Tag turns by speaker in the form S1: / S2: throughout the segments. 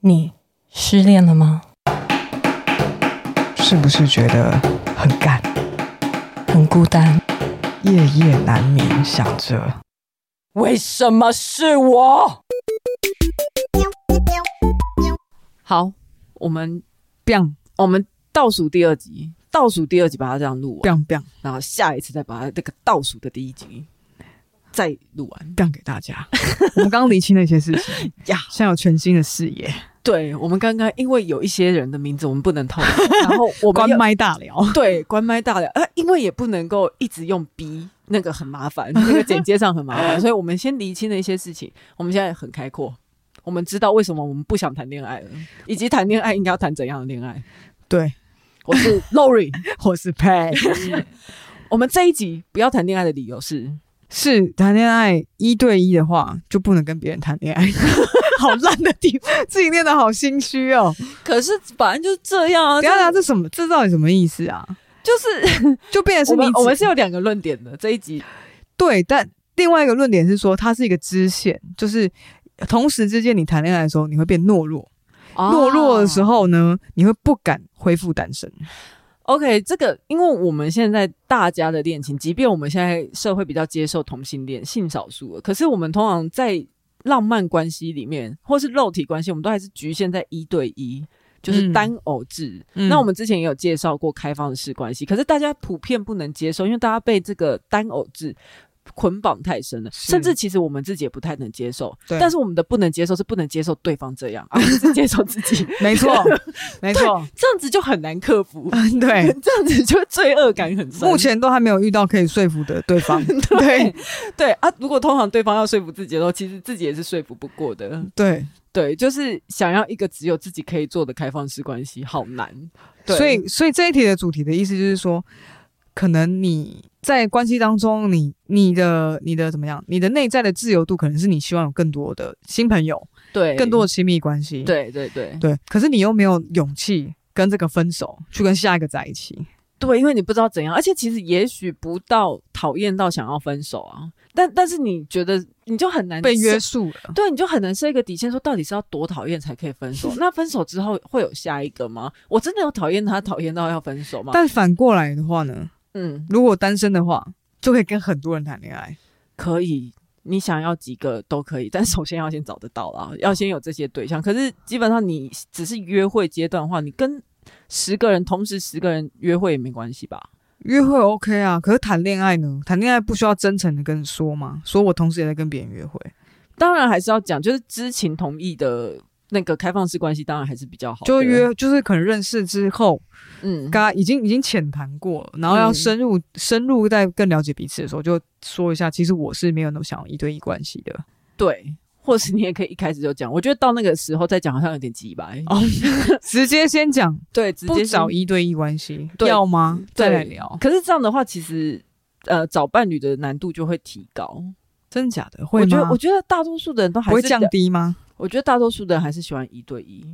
S1: 你失恋了吗？
S2: 是不是觉得很干，
S1: 很孤单，
S2: 夜夜难眠，想着
S1: 为什么是我？
S3: 好，我们 biang，我们倒数第二集，倒数第二集把它这样录完，
S2: biang biang
S3: 然后下一次再把它这个倒数的第一集再录完
S2: biang 给大 家？我们刚刚理清了一些事 情，
S3: 呀。
S2: 现在有全新的视野，
S3: 对，我们刚刚因为有一些人的名字我们不能透露， 然后我们
S2: 关
S3: 又
S2: 麦大聊。
S3: 对关麦大了，呃，因为也不能够一直用 B，那个很 麻烦，那个剪接上很麻烦，所以我们先厘清了一些事情。我们现在很开阔，我们知道为什么我们不想谈恋爱了，以及谈恋爱应该要谈怎样的恋爱。
S2: 对，
S3: 我 是 Lori，
S2: 我是 Pay，
S3: 我们这一集不要谈恋爱的理由是
S2: 是谈恋爱一对一的话，就不能跟别人谈恋 爱。好烂的地方，自己念的好心虚哦。
S3: 可是反正就是这样
S2: 等
S3: 啊，
S2: 一下，等一下这什么？这到底什么意思啊？
S3: 就是
S2: 就变成
S3: 我
S2: 是你
S3: 们
S2: 只
S3: 我们是有两个论点的这一集，
S2: 对，但另外一个论点是说，它是一个支线，就是同时之间你谈恋爱的时候，你会变懦弱。
S3: 哦
S2: 懦弱的时
S3: 候。
S2: 候呢，你会不敢恢复单身。
S3: OK，这个因为我们现在大家的恋情，即便我们现在社会比较接受同性恋、性少数了，可是我们通常在浪漫关系里面，或是肉体关系，我们都还是局限在一对一。就是
S2: 嗯
S3: 单偶制，
S2: 嗯
S3: 那我们之前也有介绍过开放式关系，可是大家普遍不能接受，因为大家被这个单偶制捆绑太深了，
S2: 是
S3: 甚至其实我们自己也不太能接受。
S2: 对
S3: 但是我们的不能接受是不能接受对方这样，而、啊、是接受自 己，
S2: 没 错，没错，
S3: 这样子就很难克服。
S2: 嗯，对，
S3: 这样子就罪恶感很深。
S2: 目前都还没有遇到可以说服的对方。
S3: 对
S2: 对
S3: 对啊，如果通常对方要说服自己的时候，其实自己也是说服不过的。
S2: 对，
S3: 对，就是想要一个只有自己可以做的开放式关系，好难。对
S2: 所以所以这一题的主题的意思就是说，可能你在关系当中，你你的你的怎么样，你的内在的自由度，可能是你希望有更多的新朋友，
S3: 对
S2: 更多的亲密关系。
S3: 对对对
S2: 对，可是你又没有勇气跟这个分手，去跟下一个在一起。
S3: 对，因为你不知道怎样，而且其实也许不到讨厌到想要分手啊，但但是你觉得你就很难
S2: 被约
S3: 设。
S2: 束了。
S3: 对，你就很难设一个底线，说到底是要多讨厌才可以分手？那分手之后会有下一个吗？我真的有讨厌他，讨厌到要分手吗？
S2: 但反过来的话呢，
S3: 嗯，
S2: 如果单身的话，就可以跟很多人谈恋爱。
S3: 可以，你想要几个都可以， 但首先要先找得到
S2: 嗯
S3: 啦，要先有这些对象。可是基本上你只是约会阶段的话，你跟十个人同时十个人约会也没关系吧？
S2: 约会 OK 啊，可是谈恋爱呢？谈恋爱不需要真诚的跟你说吗？说我同时也在跟别人约会，
S3: 当然还是要讲，就是知情同意的那个开放式关系，当然还是比较好的。
S2: 就约就是可能认识之后，
S3: 嗯，
S2: 刚已经已经浅谈过了，然后要
S3: 嗯
S2: 深入、深入在更了解彼此的时候，就说一下，其实我是没有那么想要一对一关系的。
S3: 对。或是你也可以一开始就讲，我觉得到那个时候再讲好像有点鸡白。
S2: 哦，直接先讲，
S3: 对，直
S2: 不
S3: 接
S2: 找
S3: 先
S2: 一对一关系，
S3: 对
S2: 要吗？
S3: 对
S2: 再来聊，
S3: 可是这样的话，其实呃找伴侣的难度就会提高。
S2: 真的假的？会
S3: 我
S2: 吗？
S3: 觉得，我觉得大多数的人都还
S2: 不
S3: 是
S2: 会降低吗？
S3: 我觉得大多数的人还是喜欢一对一，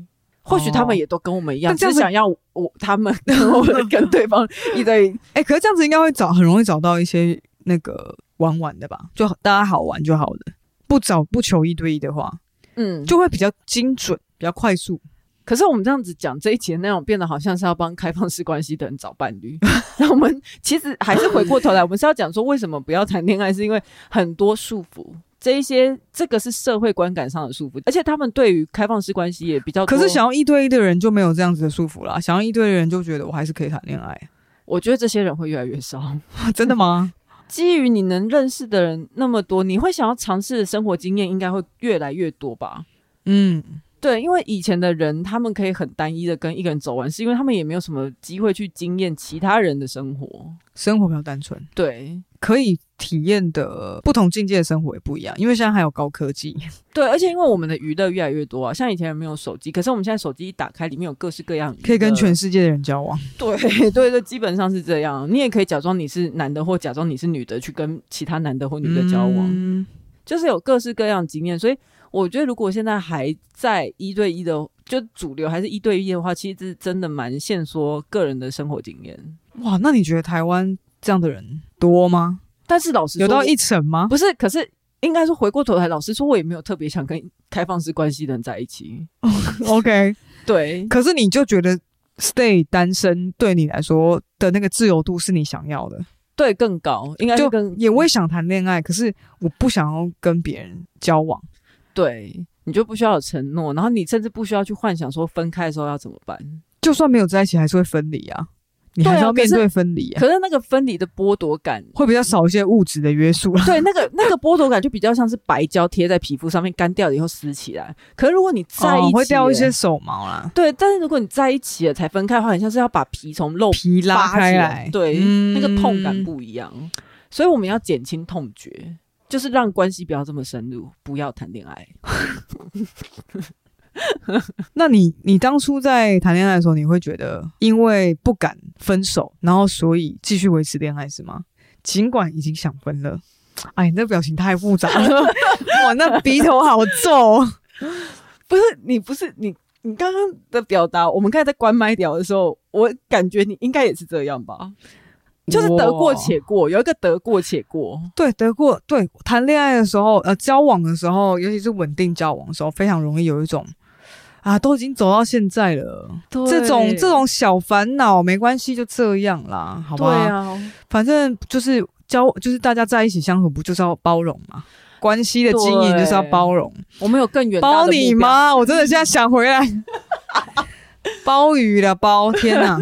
S3: 或许他们也都跟我们一样，
S2: 但哦这样子
S3: 只是想要我他们 跟我们跟对方一 对一。
S2: 哎、可是这样子应该会找很容易找到一些那个玩玩的吧，就大家好玩就好了。不找不求一对一的话，
S3: 嗯，就
S2: 就会比较精准，比较快速。
S3: 可是我们这样子讲这一节内容，变得好像是要帮开放式关系的人找伴侣。 那我们其实还是回过头来，我们是要讲说为什么不要谈恋爱，是因为很多束缚。这一些，这个是社会观感上的束缚，而且他们对于开放式关系也比较多。
S2: 可是想要一对一的人就没有这样子的束缚啦，想要一对一的人就觉得我还是可以谈恋爱，
S3: 我觉得这些人会越来越少。
S2: 真的吗？
S3: 基于你能认识的人那么多，你会想要尝试的生活经验应该会越来越多吧？
S2: 嗯，
S3: 对，因为以前的人他们可以很单一的跟一个人走完，是因为他们也没有什么机会去经验其他人的生活。
S2: 生活比较单纯，
S3: 对
S2: 可以体验的不同境界的生活也不一样，因为现在还有高科技。
S3: 对，而且因为我们的娱乐越来越多啊，像以前人没有手机，可是我们现在手机一打开，里面有各式各样的娱乐，
S2: 可以跟全世界的人交往。
S3: 对对对，基本上是这样。你也可以假装你是男的，或假装你是女的，去跟其他男的或女的交往。
S2: 嗯
S3: 就是有各式各样的经验，所以我觉得如果现在还在一对一的，就主流还是一对一的话，其实真的蛮限缩个人的生活经验。
S2: 哇，那你觉得台湾这样的人多吗？
S3: 但是老实说，
S2: 有到一成吗？
S3: 不是，可是应该说回过头来，老实说，我也没有特别想跟开放式关系的人在一起。
S2: OK，
S3: 对，
S2: 可是你就觉得 stay 单身对你来说的那个自由度是你想要的，
S3: 对，更高，应该是
S2: 就
S3: 更
S2: 也我也想谈恋爱，可是我不想要跟别人交往。
S3: 对，你就不需要有承诺，然后你甚至不需要去幻想说分开的时候要怎么办。
S2: 就算没有在一起，还是会分离啊，你还是
S3: 对啊
S2: 要面
S3: 可
S2: 对分离啊，
S3: 可是那个分离的剥夺感，
S2: 会比较少一些物质的约束啦。
S3: 对，那个那个剥夺感就比较像是白胶贴在皮肤上面，干掉了以后撕起来。可是如果你在一起、
S2: 哦、会掉一些。手毛啦，
S3: 对，但是如果你在一起了才分开的话，很像是要把皮从肉
S2: 皮拉
S3: 扒
S2: 开
S3: 起
S2: 来，
S3: 对，
S2: 嗯
S3: 那个痛感不一样。所以我们要减轻痛觉，就是让关系不要这么深入，不要谈恋爱。
S2: 那你你当初在谈恋爱的时候，你会觉得因为不敢分手，然后所以继续维持恋爱是吗？尽管已经想分了，哎，你这表情太复杂了， 哇，那鼻头好皱哦。
S3: 不是你，不是你，你刚刚的表达，我们刚才在关麦聊的时候，我感觉你应该也是这样吧，就是得过且过，有一个得过且过。
S2: 对，得过对谈恋爱的时候，呃，交往的时候，尤其是稳定交往的时候，非常容易有一种啊，都已经走到现在了，这种这种小烦恼没关系，就这样啦，好
S3: 对
S2: 吧？
S3: 啊，
S2: 反正就是交，就是大家在一起相处，不就是要包容嘛？关系的经营就是要包容，
S3: 我们有更远大
S2: 包
S3: 的
S2: 你
S3: 目标？
S2: 吗？ 我真的现在想回来，包鱼了，包天哪！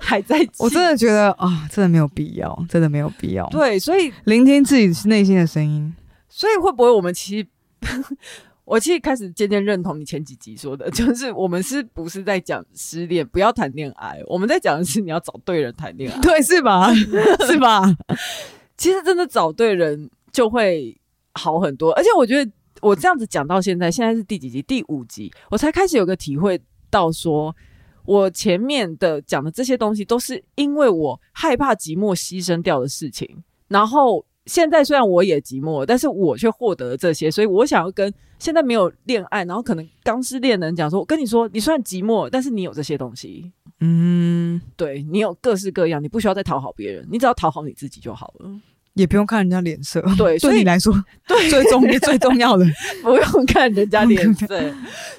S3: 还在气
S2: 我真的觉得啊，真的没有必要，真的没有必要。，
S3: 对，所以
S2: 聆听自己内心的声音，
S3: 所以会不会我们其实， 我其实开始渐渐认同你前几集说的， 就是我们是不是在讲失恋，不要谈恋爱，我们在讲的是你要找对人谈恋爱。
S2: 对，是 吧？是吧？
S3: 其实真的找对人就会好很多，而且我觉得我这样子讲到现在，现在是第几集？第五集，我才开始有个体会到说。我前面的讲的这些东西，都是因为我害怕寂寞牺牲掉的事情。然后现在虽然我也寂寞，但是我却获得了这些，所以我想要跟现在没有恋爱，然后可能刚失恋的人讲说：“我哦跟你说，你虽然寂寞，但是你有这些东西，
S2: 嗯，
S3: 对你有各式各样，你不需要再讨好别人，你只要讨好你自己就好了。
S2: 也不用看人家脸色。”
S3: 对，所
S2: 对
S3: 以
S2: 你来说，对最重最重要的，
S3: 不用看人家脸色，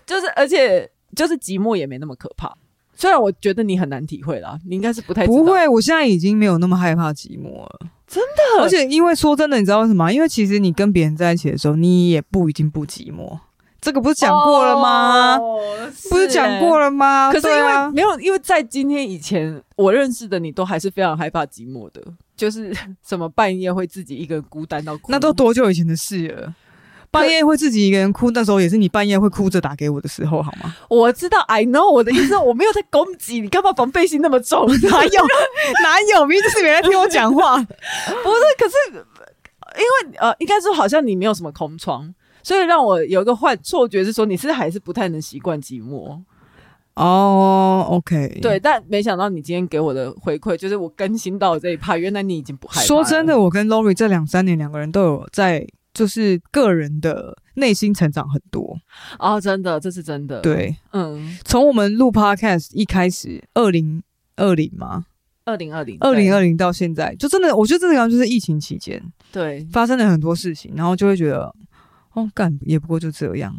S3: 就是而且就是寂寞也没那么可怕。虽然我觉得你很难体会啦，你应该是不太知道
S2: 不，会，我现在已经没有那么害怕寂寞了，
S3: 真
S2: 的而且因为说真的，你知道为什么吗？因为其实你跟别人在一起的时候，你也不一定不寂寞，这个不是讲过了吗？
S3: 哦
S2: 不是讲过
S3: 了、
S2: 了吗？
S3: 可是因
S2: 对
S3: 为、
S2: 啊、
S3: 没有，因为在今天以前，我认识的你都还是非常害怕寂寞的，就是什么半夜会自己一个人孤单到哭，
S2: 那都多久以前的事了？半夜会自己一个人哭，那时候也是你半夜会哭着打给我的时候，好吗？
S3: 我知道，I know，我的意思是我没有在攻击你，干嘛防备心那么 重？
S2: 哪有哪有？明明就是没在听我讲话。
S3: 不是，可是因为呃，应该说好像你没有什么空窗，所以让我有一个幻错觉是说你是还是不太能习惯寂 寞。
S2: 嗯哦、o k
S3: 对，，但没想到你今天给我的回馈就是我更新到这一趴，原来你已经不害怕。
S2: 说真的，，我跟 Lori 这两三年，两个人都有在，就是个人的内心成长很多。
S3: 哦，真的，这是真的。，
S2: 对，
S3: 嗯，
S2: 从我们录 podcast 一开始，二零二零嘛，
S3: 二零二零，
S2: 二零二零到现在，就真的，我觉得这个就是疫情期
S3: 嗯
S2: 间
S3: 对，
S2: 发生了很多事情，然后就会觉得，哦，干也不过就这样。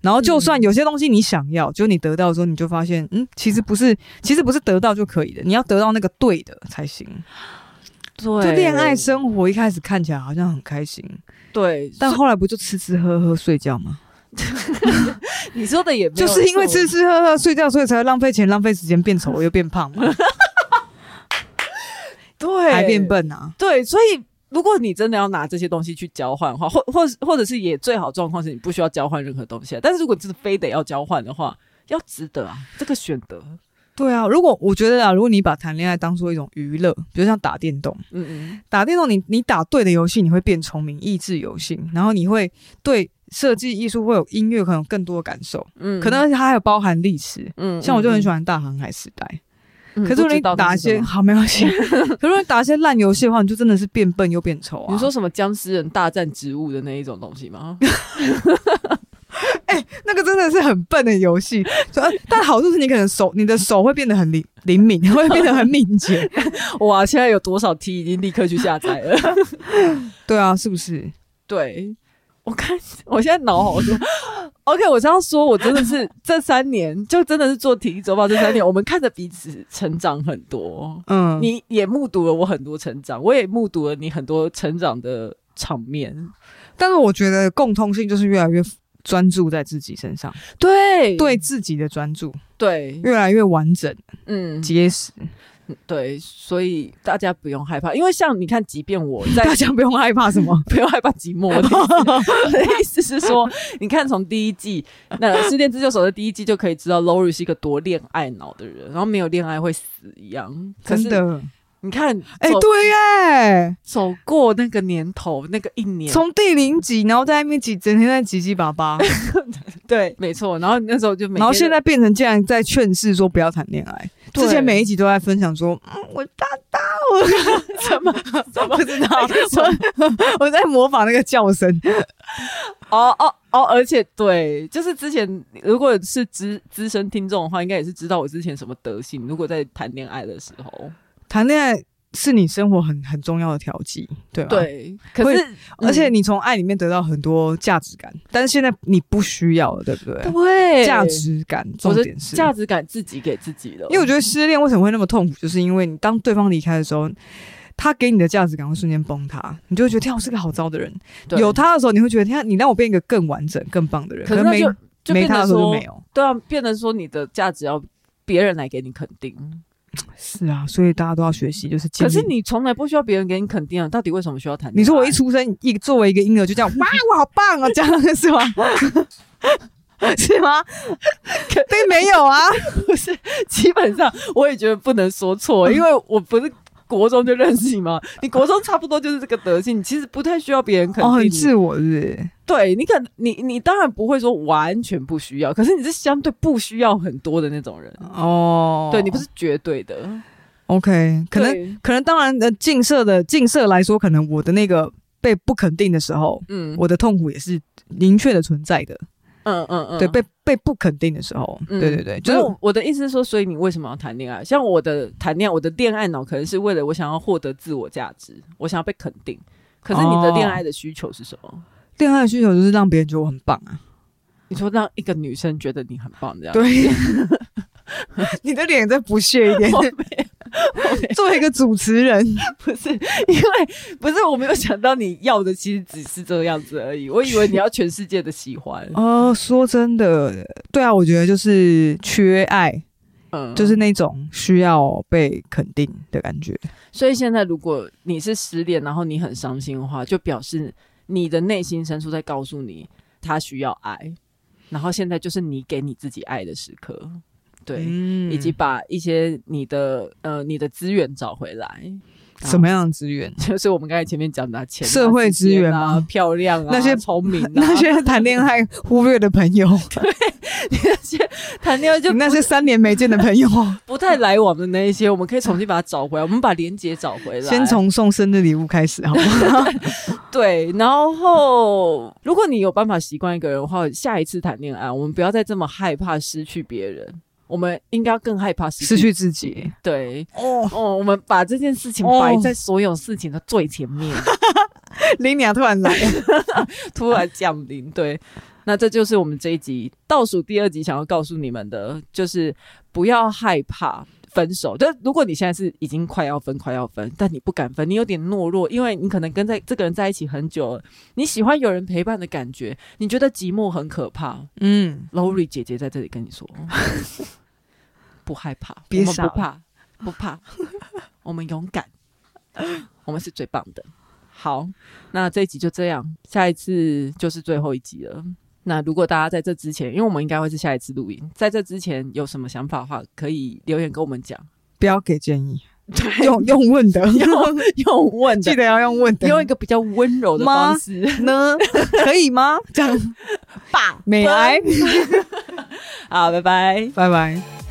S2: 然后就算
S3: 嗯
S2: 有些东西你想要，就你得到的时候，你就发现，嗯，其实不是，其实不是得到就可以的，你要得到那个对的才行。
S3: 对，
S2: 就恋爱生活一开始看起来好像很开心，
S3: 对，
S2: 但
S3: 所
S2: 后来不就吃吃喝喝睡觉吗？
S3: 以你说的也没
S2: 就
S3: 有
S2: 是因为
S3: 错
S2: 吃吃喝喝睡觉，所以才会浪费钱、浪费时间，变丑又变胖嘛，
S3: 对
S2: 还变笨啊。
S3: 对，所以。如果你真的要拿这些东西去交换的话，或或或者是也最好状况是你不需要交换任何东西啊，但是如果真的非得要交换的话，要值得啊，这个选择，
S2: 对啊，如果我觉得啊，如果你把谈恋爱当做一种娱乐，比如像打电动，
S3: 嗯嗯，
S2: 打电动你你打对的游戏，你会变聪明、益智游戏，然后你会对设计艺术会有音乐可能有更多的感受，
S3: 嗯
S2: 可能它还有包含历史。
S3: 嗯
S2: 像我就很喜
S3: 欢，
S2: 欢大航海时代，
S3: 嗯
S2: 可是如果你打一些，好没关 系，可是如果你打一些烂游戏的话，你就真的是变笨又变丑啊。
S3: 你说什么僵尸人大战植物的那一种东西吗？
S2: 那个真的是很笨的游戏， 所以呃但好处是你可能手你的手会变得很灵灵敏， 会变得很敏捷。
S3: 哇，现在有多少 T 已经立刻去下载了？
S2: 对啊，是不是？
S3: 对，我看我现在脑好多。OK，我这样说，我真的是这三年就真的是做体力周报这三年，我们看着彼此成长很多，
S2: 嗯，
S3: 你也目睹了我很多成长，我也目睹了你很多成长的场面。
S2: 但是我觉得共通性就是越来越专注在自己身上，
S3: 对
S2: 对自己的专注
S3: 对，
S2: 越来越完整、
S3: 嗯，
S2: 结实。
S3: 对，所以大家不用害怕，因为像你看，即便 我在，
S2: 大家不用害怕什么
S3: 不用害怕寂寞。我的意 思我的意思是说，你看从第一季那《失恋自救手》的第一季就可以知道，Lori 是一个多恋爱脑的人，然后没有恋爱会死一样。 可
S2: 真
S3: 是
S2: 的。
S3: 你看，
S2: 哎、
S3: 走
S2: 对耶，
S3: 走过那个年头，那个一年，
S2: 从第零集，然后在那边挤，整天在挤挤巴 巴，
S3: 对，没错。然后那时候就每天，
S2: 然后现在变成竟然在劝世说不要谈恋爱。
S3: 对
S2: 之前每一集都在分享说，嗯，我大 大，我
S3: 怎么怎么不知 道？
S2: 我在模仿那个叫声，
S3: 哦哦哦，而且对，就是之前如果是资资深听众的话，应该也是知道我之前什么德性。如果在谈恋爱的时候，
S2: 谈恋爱。是你生活很很重要的调剂，对吧？，啊
S3: 对，可是嗯
S2: 而且你从爱里面得到很多价值感，但是现在你不需要了，对不对？
S3: 对
S2: 价，值感重
S3: 我的
S2: 点是
S3: 价值感自己给自己的，
S2: 因为我觉得失恋为什么会那么痛苦，就是因为你当对方离开的时候，他给你的价值感会瞬间崩塌，你就会觉得天啊，我是个好糟的人。
S3: 对
S2: 有，他的时候，你会觉得天啊，你让我变一个更完整、更棒的人。
S3: 可是
S2: 能
S3: 那
S2: 没
S3: 就就
S2: 没
S3: 变
S2: 他
S3: 得
S2: 的时候就
S3: 说
S2: 没，有。
S3: 对啊，变得说你的价值要别人来给你肯定，
S2: 是啊，所以大家都要学习，就是建
S3: 可
S2: 立
S3: 是。你从来不需要别人给你肯定啊，到底为什么需要谈恋爱？
S2: 你说我一 出生一作为一个婴儿就这样，哇，我好棒啊，这样 是吗？是吗？肯定没有 啊，
S3: 不是，基本上我也觉得不能说错，
S2: 嗯
S3: 因为我不是国中就认识 你嘛，你国中差不多就是这个德性，你其实不太需要别人肯定
S2: 哦，
S3: 你。
S2: 很自我是不是？
S3: 对你可你你当然不会说完全不需要，可是你是相对不需要很多的那种人，
S2: 哦，
S3: 对你不是绝对的，
S2: OK，可能
S3: 对
S2: 可能当然，呃，近射的近射来说，可能我的那个被不肯定的时候，
S3: 嗯
S2: 我的痛苦也是明确的存在的。
S3: 嗯嗯嗯，
S2: 对，被被不肯定的时候，
S3: 嗯
S2: 对对对，就
S3: 就
S2: 是是
S3: 我我的意思是说，所以你为什么要谈恋爱？像我的谈恋爱，我的恋爱脑可能是为了我想要获得自我价值，我想要被肯定。可是你的
S2: 哦
S3: 恋爱的需求是什么？
S2: 恋爱的需求就是让别人觉得我很棒 啊。
S3: 你说让一个女生觉得你很棒，这样
S2: 对， 你的脸再不屑一点
S3: 我，没
S2: 作为一个主持人，
S3: 不是因为不是我没有想到你要的其实只是这样子而已，我以为你要全世界的喜欢，
S2: 哦，说真的，对啊，我觉得就是缺爱，
S3: 嗯，
S2: 就是那种需要被肯定的感觉。
S3: 所以现在如果你是失恋，然后你很伤心的话，就表示你的内心深处在告诉你，他需要爱，然后现在就是你给你自己爱的时刻，对，
S2: 嗯
S3: 以及把一些你的呃你的资源找回来， 啊
S2: 什么样的资源？
S3: 就是我们刚才前面讲的、啊、钱啊、
S2: 社会资源
S3: 时间啊、
S2: 吗
S3: 漂亮啊、
S2: 那些
S3: 聪明啊、
S2: 那些谈恋爱忽略的朋友，
S3: 那些谈恋爱就
S2: 你那些三年没见的 朋友，
S3: 不太来往的那一些，我们可以重新把它找回来，我 们把连接找回来，
S2: 先从送生日礼物开始，好不 好？
S3: 对，然后如果你有办法习惯一个人的话，下一次谈恋爱，我们不要再这么害怕失去别人，我们应该要更害怕失去。
S2: 失去自己
S3: 对，
S2: 哦。
S3: 哦，我们把这件事情
S2: 哦
S3: 摆在所有事情的最前面，
S2: 林雅突然来，
S3: 突然降临。对，那这就是我们这一集倒数第二集想要告诉你们的，就是不要害怕。分手，但如果你现在是已经快要分、快要分，但你不敢分，你有点懦弱，因为你可能跟在这个人在一起很久了，你喜欢有人陪伴的感觉，你觉得寂寞很可怕，
S2: 嗯，
S3: Lori 姐姐在这里跟你说， 不害怕，
S2: 别
S3: 我们
S2: 傻
S3: 不怕，不 怕，我们勇敢，我们是最棒的。好，那这一集就这样，下一次就是最后一集了。那如果大家在这之前，因为我们应该会是下一次录音，在这之前有什么想法的话，可以留言跟我们 讲，
S2: 不要给建议，用 用问的，
S3: 用问
S2: 记
S3: 的，
S2: 得要用问的，
S3: 用一个比较温柔的
S2: 妈
S3: 方式。
S2: 呢 可以吗？这样
S3: 爸
S2: 美癌，
S3: 好，拜拜。
S2: 拜拜。